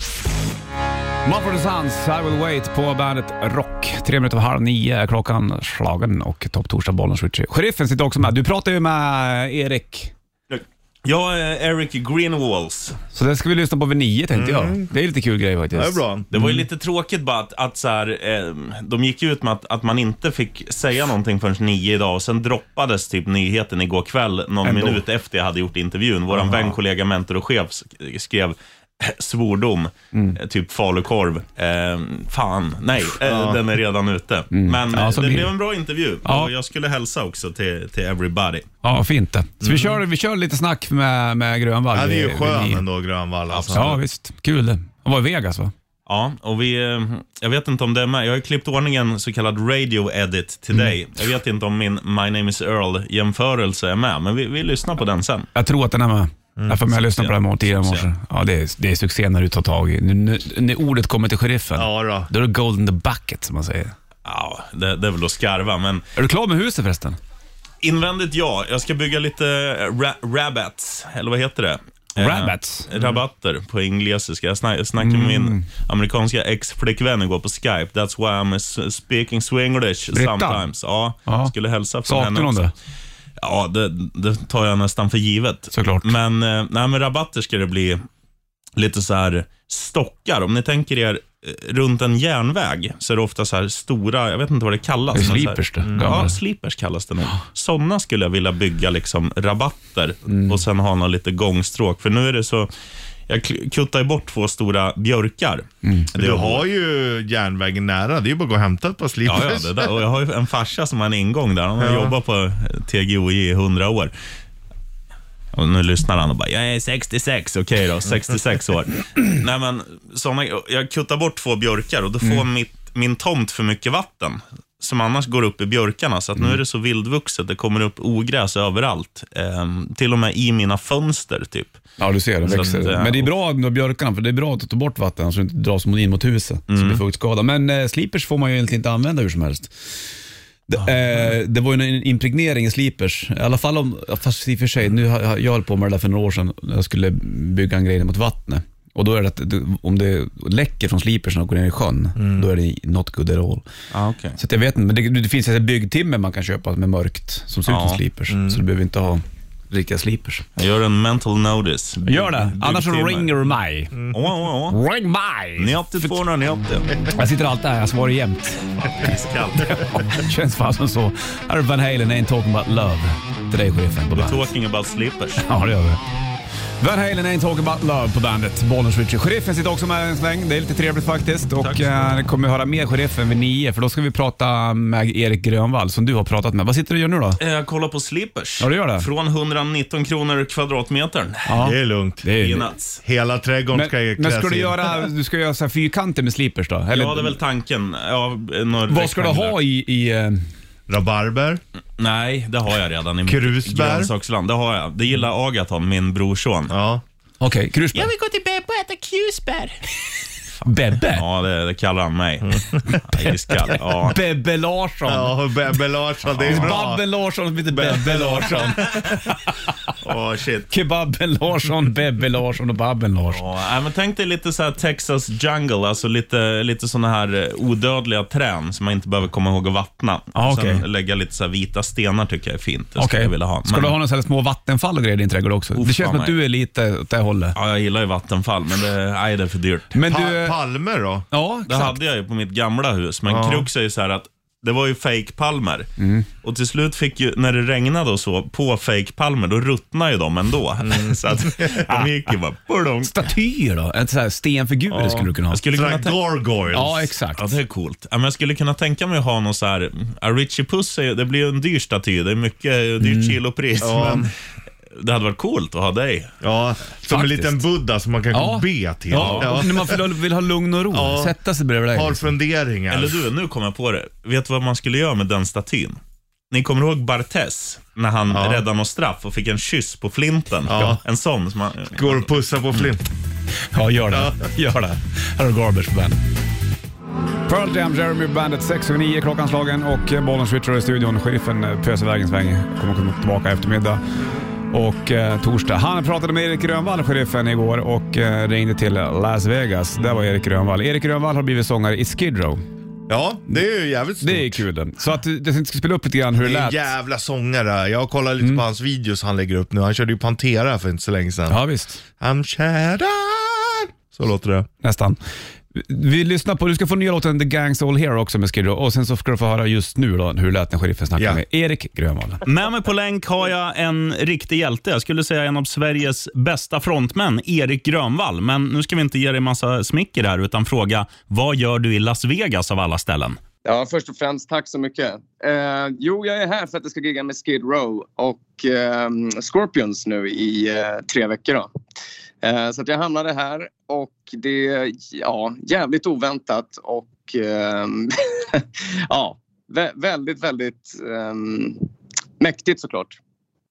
Speaker 2: Mumford Sons, I will wait på bandet Rock. Tre minuter över halv nio är klockan slagen och topp torsdag bollen switcher. Sheriffen sitter också med. Du pratade ju med Erik.
Speaker 7: Jag är eh, Eric Greenwalls.
Speaker 2: Så det ska vi lyssna på vid nio tänkte jag. Det är lite kul grej faktiskt.
Speaker 3: Mm. Det är bra.
Speaker 7: Det
Speaker 2: Mm.
Speaker 7: var ju lite tråkigt bara att, att så här, eh, de gick ju ut med att, att man inte fick säga någonting förrän nio idag och sen droppades typ nyheten igår kväll någon
Speaker 2: Ändå.
Speaker 7: minut efter jag hade gjort intervjun. Vår vän, kollega, mentor och chef sk- skrev svordom,
Speaker 2: Mm.
Speaker 7: eh, typ falukorv. Eh, fan, nej, eh, den är redan ute. Men
Speaker 2: Mm. Ja,
Speaker 7: eh,
Speaker 2: så
Speaker 7: det
Speaker 2: blir
Speaker 7: blev
Speaker 2: det.
Speaker 7: en bra intervju
Speaker 2: Ja.
Speaker 7: och jag skulle hälsa också till, till everybody.
Speaker 2: Ja, fint det. Så vi, kör, vi kör lite snack med, med Grönvall.
Speaker 3: Han Mm. är ju
Speaker 2: vid-
Speaker 3: skön
Speaker 2: vid-
Speaker 3: ändå, Grönvall. Alltså.
Speaker 2: Ja, visst. Kul det. Han var i Vegas va?
Speaker 7: Ja, och vi, eh, jag vet inte om det är med. Jag har ju klippt ordningen så kallad radio edit till dig. Jag vet inte om min My name is Earl-jämförelse är med, men vi, vi lyssnar på den sen.
Speaker 2: Jag tror att den är med.
Speaker 3: Mm.
Speaker 2: Därför har jag lyssnat på den här tidigare i morse. Ja, det är, det är succé när du tar tag i. Nu, nu, när ordet kommer till sheriffen,
Speaker 3: Ja, då.
Speaker 2: är det gold in the bucket som man säger.
Speaker 7: Ja, det, det är väl att skarva, men
Speaker 2: Är du klar med huset förresten?
Speaker 7: invändigt ja. Jag ska bygga lite eh, ra- rabbats, eller vad heter det?
Speaker 2: Rabbats? Mm.
Speaker 7: Eh, rabatter på engelska. Jag snack, snackade med min amerikanska ex-flickvän igår på Skype. That's why I'm s- speaking swenglish
Speaker 2: Brittan?
Speaker 7: sometimes. Ja,
Speaker 2: Ja.
Speaker 7: skulle hälsa från henne
Speaker 2: Saknar hon
Speaker 7: också.
Speaker 2: det?
Speaker 7: Ja, det, det tar jag nästan för givet.
Speaker 2: Såklart.
Speaker 7: Men, eh, nej, men rabatter ska det bli lite så här stockar. Om ni tänker er eh, runt en järnväg så är det ofta så här stora, jag vet inte vad det kallas.
Speaker 2: Det är
Speaker 7: men
Speaker 2: sleepers
Speaker 7: så
Speaker 2: det,
Speaker 7: här, mm,
Speaker 2: gamla.
Speaker 7: Ja, sleepers kallas det nog. Sådana
Speaker 2: Mm.
Speaker 7: skulle jag vilja bygga liksom rabatter och sen ha några lite gångstråk. För nu är det så Jag kl- kuttade ju bort två stora björkar.
Speaker 2: Mm.
Speaker 7: Det
Speaker 3: Du
Speaker 7: var-
Speaker 3: har ju järnvägen nära. Det är ju bara att gå och hämta ett par
Speaker 7: Ja,
Speaker 3: slippers.
Speaker 7: ja, det där. Och jag har ju en farsa som har en ingång där. Han har
Speaker 3: Ja.
Speaker 7: jobbat på TGOJ i 100 år. Och nu lyssnar han och bara, jag är 66, okej då, 66 år. Nej men, såna, jag kuttar bort två björkar och då får
Speaker 2: Mm.
Speaker 7: mitt, min tomt för mycket vatten. Som annars går upp i björkarna, så att
Speaker 2: Mm.
Speaker 7: nu är det så vildvuxet. Det kommer upp ogräs överallt. Ehm, till och med i mina fönster typ.
Speaker 2: Ja, du ser, den
Speaker 7: Så
Speaker 2: växer.
Speaker 7: att, ja.
Speaker 2: Men det är bra med björkarna, för det är bra att ta bort vatten så det inte dras mot- in mot huset, så blir fuktskada. Men eh, slipers får man ju egentligen inte använda hur som helst. Det, eh, det var ju en impregnering i slipers, i alla fall om, fast i och för sig, nu har, har- jag höll på med det där för några år sedan, när jag skulle bygga en grej mot vattnet. Och då är det att det, om det läcker från slipersen och går ner i sjön, då är det not good at all.
Speaker 7: Ah, okay.
Speaker 2: Så att jag vet inte, men det, det finns ett byggtimmer man kan köpa med mörkt som ser ut
Speaker 7: Ja.
Speaker 2: som slipers. Så du behöver inte ha riktiga slipers.
Speaker 7: Jag gör en mental notice.
Speaker 2: Gör det, annars så
Speaker 7: Byggtimmar.
Speaker 2: ringer du mig.
Speaker 7: Åh, åh, åh.
Speaker 2: Mm. Ring mig!
Speaker 7: 90 290.
Speaker 2: Jag sitter alltid här, jag svarar jämt.
Speaker 7: Iskallt.
Speaker 2: Känns fan som så. Här är Van Halen, Ain't Talking About Love. Till dig chefen på bandet.
Speaker 7: Talking about slippers.
Speaker 2: Ja, det gör vi. Van Halen, Ain't Talking About Love på bandet. Bollnäs Richie. Sheriffen sitter också med en sväng. Det är lite trevligt faktiskt. Och eh, kommer höra mer sheriffen vid nio, för då ska vi prata med Erik Grönvall som du har pratat med. Vad sitter du och gör nu då?
Speaker 7: Jag kollar Eh, på slippers.
Speaker 2: Ja, du gör det.
Speaker 7: Från 119 kronor kvadratmetern.
Speaker 2: Ja.
Speaker 3: Det är lugnt.
Speaker 2: Det är
Speaker 7: Peanuts.
Speaker 3: Hela trädgården
Speaker 2: men,
Speaker 3: ska ju
Speaker 2: men
Speaker 3: kläs
Speaker 2: ska du
Speaker 3: in.
Speaker 2: göra, du ska göra så här fyrkanter med slipers då? Eller,
Speaker 7: Ja, det är väl tanken. Ja, några
Speaker 2: vad ska du ha i... i eh,
Speaker 3: Rabarber.
Speaker 7: Nej, det har jag redan i mitt
Speaker 3: Krusbär?
Speaker 7: grönsaksland. Det har jag. Det gillar Agaton, min brorson.
Speaker 3: Ja.
Speaker 2: Okej, krusbär?
Speaker 7: vill gå till Bebbe och äta krusbär.
Speaker 2: Bebbe?
Speaker 7: Ja, det, det kallar han mig.
Speaker 2: Mm.
Speaker 7: Ja, Iskall. Ja.
Speaker 2: Bebbe Larsson?
Speaker 3: Ja, Bebbe Larsson. Det är bra.
Speaker 2: Babben Larsson som heter Bebbe Larsson.
Speaker 7: Åh, shit.
Speaker 2: Kebabben Larsson, Bebbe Larsson och Babben Larsson.
Speaker 7: Ja, nej, men tänk dig lite så här Texas jungle, alltså lite, lite såna här eh, odödliga trän som man inte behöver komma ihåg att vattna.
Speaker 2: Ja,
Speaker 7: Sen
Speaker 2: Ah, okej.
Speaker 7: lägga lite så här vita stenar tycker jag är fint. Det skulle
Speaker 2: Okej.
Speaker 7: jag vilja ha.
Speaker 2: Ska
Speaker 7: Men-
Speaker 2: du ha några så här små vattenfall och grejer i din trädgård också?
Speaker 7: Oh,
Speaker 2: det känns
Speaker 7: fan,
Speaker 2: som att
Speaker 7: nej.
Speaker 2: du är lite åt det hållet.
Speaker 7: Ja, jag gillar ju vattenfall, men det, nej, det är för dyrt.
Speaker 2: Men
Speaker 3: Pa-
Speaker 2: du...
Speaker 3: palmer då?
Speaker 2: Ja,
Speaker 7: Det
Speaker 2: exakt.
Speaker 7: hade jag ju på mitt gamla hus, men krux är ju så här att det var ju fake palmer Och till slut fick ju, när det regnade och så, på fake palmer då ruttnade ju de ändå. så att de gick ju bara... Pardon.
Speaker 2: Statyer då? En sån här stenfigurer skulle du kunna ha.
Speaker 7: Jag skulle kunna
Speaker 3: Sådana
Speaker 7: tänka
Speaker 3: gargoyles.
Speaker 2: Ja, exakt.
Speaker 7: Ja, det är coolt. Ja, men jag skulle kunna tänka mig att ha någon så här... Ja, Richie Puss, är, ju- det blir ju en dyr staty. Det är mycket eh, dyrt kilopris, men det hade varit coolt att ha dig.
Speaker 3: Ja, som en
Speaker 2: Faktiskt.
Speaker 3: liten buddha som man kan
Speaker 2: Ja.
Speaker 3: be till.
Speaker 2: Ja,
Speaker 3: Ja.
Speaker 2: och när man vill, vill ha lugn och ro.
Speaker 3: Ja.
Speaker 2: Sätta sig bredvid dig.
Speaker 3: Har funderingar.
Speaker 7: Eller du, nu kommer jag på det. Vet du vad man skulle göra med den statyn? Ni kommer ihåg Bartes när han
Speaker 3: Ja.
Speaker 7: räddade någon straff och fick en kyss på flinten?
Speaker 3: Ja.
Speaker 7: En sån. Som man,
Speaker 3: Går och pussar på flint.
Speaker 2: Ja, gör det. Gör det. Här har du Garbage på bandet. Pearl Jam, Jeremy Bandet, 6 över 9 klockan slagen och eh, bollen switchar i studion. Sheriffen eh, pöser iväg en sväng. Kommer komma tillbaka i eftermiddag och eh, torsdag. Han pratade med Erik Grönvall, sheriffen, igår och eh, ringde till Las Vegas. Där var Erik Grönvall. Erik Grönvall har blivit sångare i Skid Row.
Speaker 3: Ja, det är ju jävligt stort.
Speaker 2: Det är kul. den. Så att eh, jag tänkte ska spela upp lite grann hur det
Speaker 3: Det är en
Speaker 2: lät.
Speaker 3: jävla sångare. Jag kollar lite på hans videos han lägger upp nu. Han körde ju Pantera för inte så länge sedan.
Speaker 2: Mm. Ja, visst.
Speaker 3: I'm Shadow. Så låter det.
Speaker 2: Nästan. Vi lyssnar på, du ska få nya låten The Gangs All Here också med Skid Row och sen så ska du få höra just nu då hur det lät när sheriffen snackade
Speaker 3: Ja.
Speaker 2: med Erik Grönvall.
Speaker 7: Med mig på länk har jag en riktig hjälte. Jag skulle säga en av Sveriges bästa frontmän, Erik Grönvall. Men nu ska vi inte ge dig massa smicker här, utan fråga vad gör du i Las Vegas av alla ställen?
Speaker 8: Ja, först och främst, tack så mycket. Eh, jo, jag är här för att jag ska gigga med Skid Row och ehm, Scorpions nu i eh, tre veckor. Då. Eh, så att jag hamnade här och det är ja, jävligt oväntat och ehm, ja, vä- väldigt, väldigt ehm, mäktigt såklart.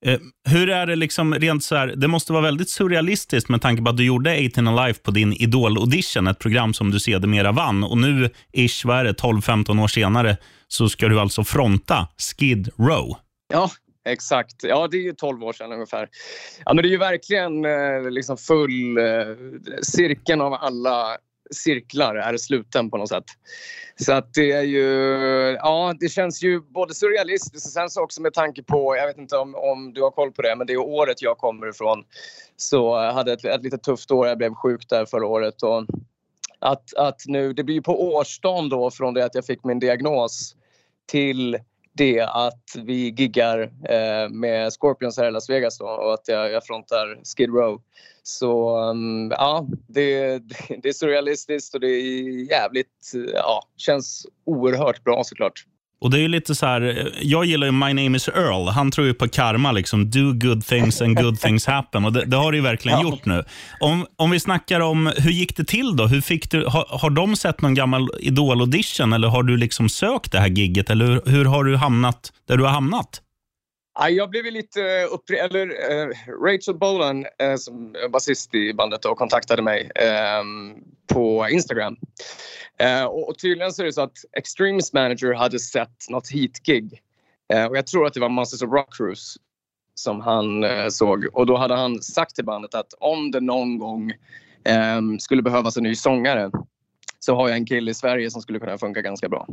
Speaker 7: Eh, hur är det liksom rent så här, det måste vara väldigt surrealistiskt med tanke på att du gjorde 18 Alive på din Idol-audition, ett program som du sedermera vann. Och nu, ish, vad är det, 12-15 år senare, så ska du alltså fronta Skid Row.
Speaker 8: Ja, exakt. Ja, det är ju 12 år sedan ungefär. Ja, men det är ju verkligen eh, liksom full... Eh, cirkeln av alla cirklar är sluten på något sätt. Så att det är ju... Ja, det känns ju både surrealistiskt och sen så också med tanke på... Jag vet inte om, om du har koll på det, men det året jag kommer ifrån så jag hade ett, ett lite tufft år. Jag blev sjuk där förra året. Och att, att nu, det blir ju på årsdagen då från det att jag fick min diagnos till det att vi giggar eh, med Scorpions här i Las Vegas då, och att jag, jag frontar Skid Row. Så mm, ja, det, det, det är surrealistiskt och det är jävligt, eh, ja, känns oerhört bra såklart.
Speaker 7: Och det är ju lite så här, jag gillar ju My name is Earl. Han tror ju på karma, liksom. Do good things and good things happen. Och det, det har det ju verkligen gjort nu. Om, om vi snackar om, hur gick det till då? Hur fick du, har, har de sett någon gammal Idol-audition eller har du liksom sökt det här gigget? Eller hur, hur har du hamnat där du har hamnat?
Speaker 8: Ja, jag blev ju lite upprörd. Eller, eh, Rachel Bolan, eh, som är basist i bandet, då, kontaktade mig ehm, på Instagram. Eh, och, och tydligen så är det så att Extremes manager hade sett något heat-gig. Eh, och jag tror att det var Monsters of Rock Cruise som han eh, såg. Och då hade han sagt till bandet att om det någon gång ehm, skulle behövas en ny sångare så har jag en kille i Sverige som skulle kunna funka ganska bra.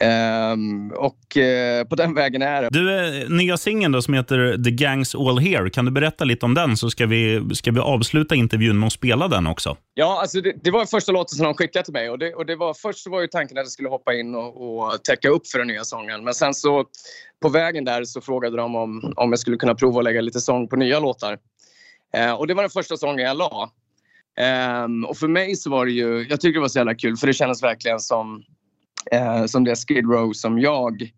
Speaker 8: Ehm, och eh, på den vägen är det.
Speaker 7: Du, eh, nya singeln då som heter The Gangs All Here. Kan du berätta lite om den så ska vi, ska vi avsluta intervjun med att spela den också?
Speaker 8: Ja, alltså det, det var första låten som de skickade till mig. Och det, och det var, först så var ju tanken att jag skulle hoppa in och, och täcka upp för den nya sången. Men sen så på vägen där så frågade de om, om jag skulle kunna prova att lägga lite sång på nya låtar. Eh, och det var den första sången jag la. Ehm, och för mig så var det ju, jag tyckte det var så jävla kul för det kändes verkligen som, eh, som det Skid Row som jag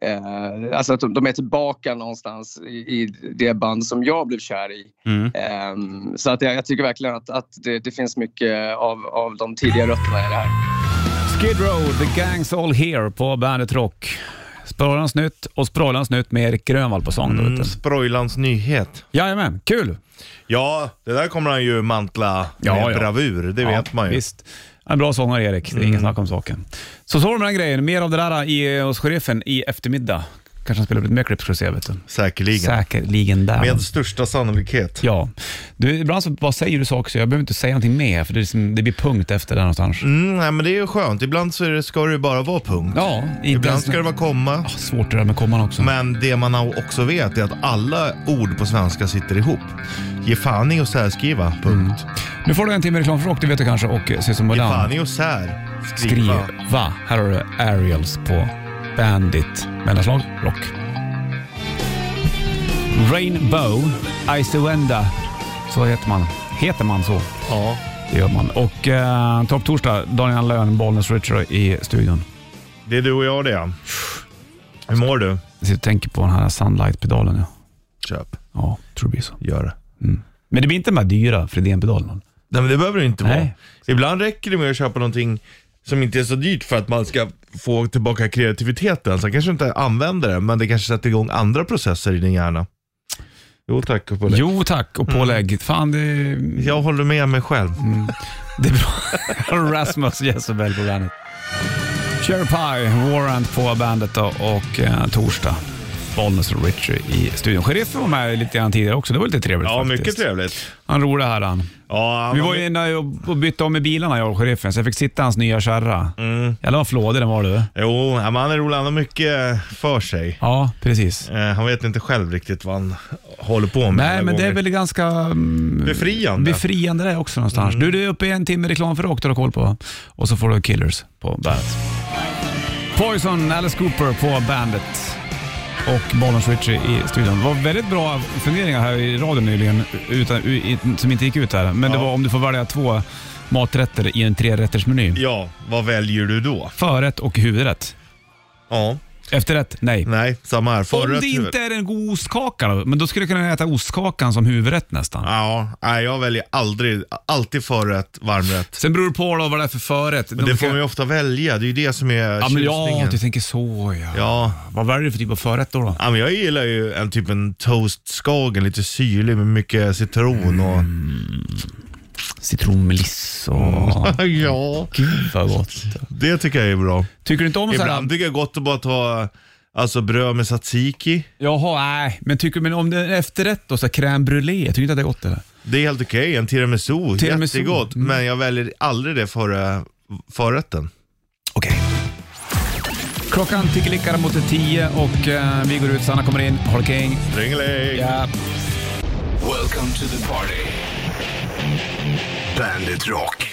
Speaker 8: Eh, alltså att de, de är tillbaka någonstans i, i det band som jag blev kär i.
Speaker 7: Mm.
Speaker 8: Ehm, så att jag, jag tycker verkligen att, att det, det finns mycket av, av de tidiga rötterna i det här.
Speaker 2: Skid Row, The Gangs All Here på Bandet Rock. Sprallans nytt och Sprallans nytt med Erik Grönvall på sång. Mm.
Speaker 3: Mm, Sproilans nyhet.
Speaker 2: Jajamän, kul!
Speaker 3: Ja, det där kommer han ju mantla
Speaker 2: Ja,
Speaker 3: med
Speaker 2: ja.
Speaker 3: bravur. Det vet man ju. Mm.
Speaker 2: Visst. En bra sångare Erik, det är inget snack om saken. Så så var det med den grejen. Mer av det där i, hos sheriffen i eftermiddag. Kanske han spelar upp lite mer klipp ska du se. Vet du.
Speaker 3: Säkerligen.
Speaker 2: Säkerligen där.
Speaker 3: Med största sannolikhet.
Speaker 2: Ja. Du, ibland så bara säger du saker så jag behöver inte säga någonting mer för det, är liksom, det blir punkt efter där någonstans.
Speaker 3: Mm, nej, men det är ju skönt. Ibland så är det, ska det ju bara vara punkt.
Speaker 2: Ja, inte
Speaker 3: Ibland
Speaker 2: ens-
Speaker 3: ska det vara komma.
Speaker 2: Ah, Svårt det där med komman också.
Speaker 3: Men det man också vet är att alla ord på svenska sitter ihop. Ge fan i att särskriva, punkt.
Speaker 2: Nu får du en timme reklam för rock, det vet du kanske, och Susan
Speaker 3: Ge
Speaker 2: Molan.
Speaker 3: fan i att särskriva.
Speaker 2: Skriva. Här har du Ariels på Bandit. Mellanslag, rock. Rainbow, I surrender. Så heter man. Heter man så?
Speaker 3: Ja.
Speaker 2: Det gör man. Och eh, Topp Torsdag, Daniel Löön, Bollnäs Richard i studion.
Speaker 3: Det är du och jag det. Hur mår du?
Speaker 2: Jag sitter och tänker på den här Sunlight-pedalen nu.
Speaker 3: Köp.
Speaker 2: Ja, tror det blir så. Mm.
Speaker 3: Gör det.
Speaker 2: Men det blir inte de här dyra Fredén-pedalerna.
Speaker 3: Nej, men det behöver det inte
Speaker 2: Nej.
Speaker 3: vara. Ibland räcker det med att köpa någonting som inte är så dyrt för att man ska få tillbaka kreativiteten. Sen kanske inte använder det, men det kanske sätter igång andra processer i din hjärna. Jo tack och på det.
Speaker 2: Jo tack, och pålägg. Fan, det,
Speaker 3: Jag håller med mig själv.
Speaker 2: Mm, det är bra. Rasmus Jezebel på bandet. Cherry Pie, Warrant på bandet då, och eh, Torsdag. Bollnäs och Richie i studion. Sheriffen var med lite grann tidigare också. Det var lite trevligt
Speaker 3: Ja,
Speaker 2: faktiskt.
Speaker 3: mycket trevligt.
Speaker 2: Han roade här han.
Speaker 3: Ja,
Speaker 2: Vi
Speaker 3: men-
Speaker 2: var ju inne och och bytte om i bilarna jag och sheriffen, så jag fick sitta i hans nya kärra. Mm. Jävlar vad flådig den var du.
Speaker 3: Jo, ja, men han är rolig. Han har mycket eh, för sig.
Speaker 2: Ja, precis.
Speaker 3: Eh, Han vet inte själv riktigt vad han håller på med. alla
Speaker 2: Nej, men det är
Speaker 3: gånger.
Speaker 2: väl ganska mm,
Speaker 3: Befriande. Mm.
Speaker 2: befriande det också någonstans. Du, du är uppe i en timme reklam för rock, du har koll på. Och så får du Killers på bandet. Poison, Alice Cooper på bandet. Och Bollnäs Ritchie i studion. Det var väldigt bra funderingar här i radion nyligen, utan, i, som inte gick ut här. Men det var om du får välja två maträtter i en trerättersmeny.
Speaker 3: Ja, vad väljer du då?
Speaker 2: Förrätt och huvudrätt.
Speaker 3: Ja,
Speaker 2: Efterrätt, nej.
Speaker 3: nej, samma här.
Speaker 2: Om
Speaker 3: Mm. Förrätt,
Speaker 2: det
Speaker 3: huvud-
Speaker 2: inte är en god ostkaka då, men då skulle jag kunna äta ostkakan som huvudrätt nästan.
Speaker 3: Ja, nej, jag väljer aldrig, alltid förrätt, varmrätt.
Speaker 2: Sen beror det på då vad det är för förrätt.
Speaker 3: Men det får man ju ofta välja, det är ju det som är
Speaker 2: Ja, men ja,
Speaker 3: tjusningen.
Speaker 2: du tänker så ja.
Speaker 3: Ja.
Speaker 2: Vad väljer du för typ av förrätt då? då?
Speaker 3: ja, men jag gillar ju en typ en toast skagen, lite syrlig med mycket citron och...
Speaker 2: Mm. Citronmeliss och...
Speaker 3: ja,
Speaker 2: Gud vad gott.
Speaker 3: det tycker jag är bra.
Speaker 2: Tycker du inte om så
Speaker 3: Ibland
Speaker 2: här...
Speaker 3: tycker jag gott att bara ta alltså, bröd med tzatziki.
Speaker 2: Jaha, nej. Men tycker men om det är efterrätt då, så här crème brûlée. Tycker du inte att det är gott eller?
Speaker 3: Det är helt okej, en tiramisu,
Speaker 2: Tiramisu,
Speaker 3: jättegott.
Speaker 2: mm.
Speaker 3: Men jag väljer aldrig det före förrätten.
Speaker 2: Okej. Klockan tickelickar mot 10 och eh, vi går ut. Sanna kommer in. Håll king.
Speaker 3: Ringeling!
Speaker 2: Ja.
Speaker 1: Welcome to the party. Bandit Rock.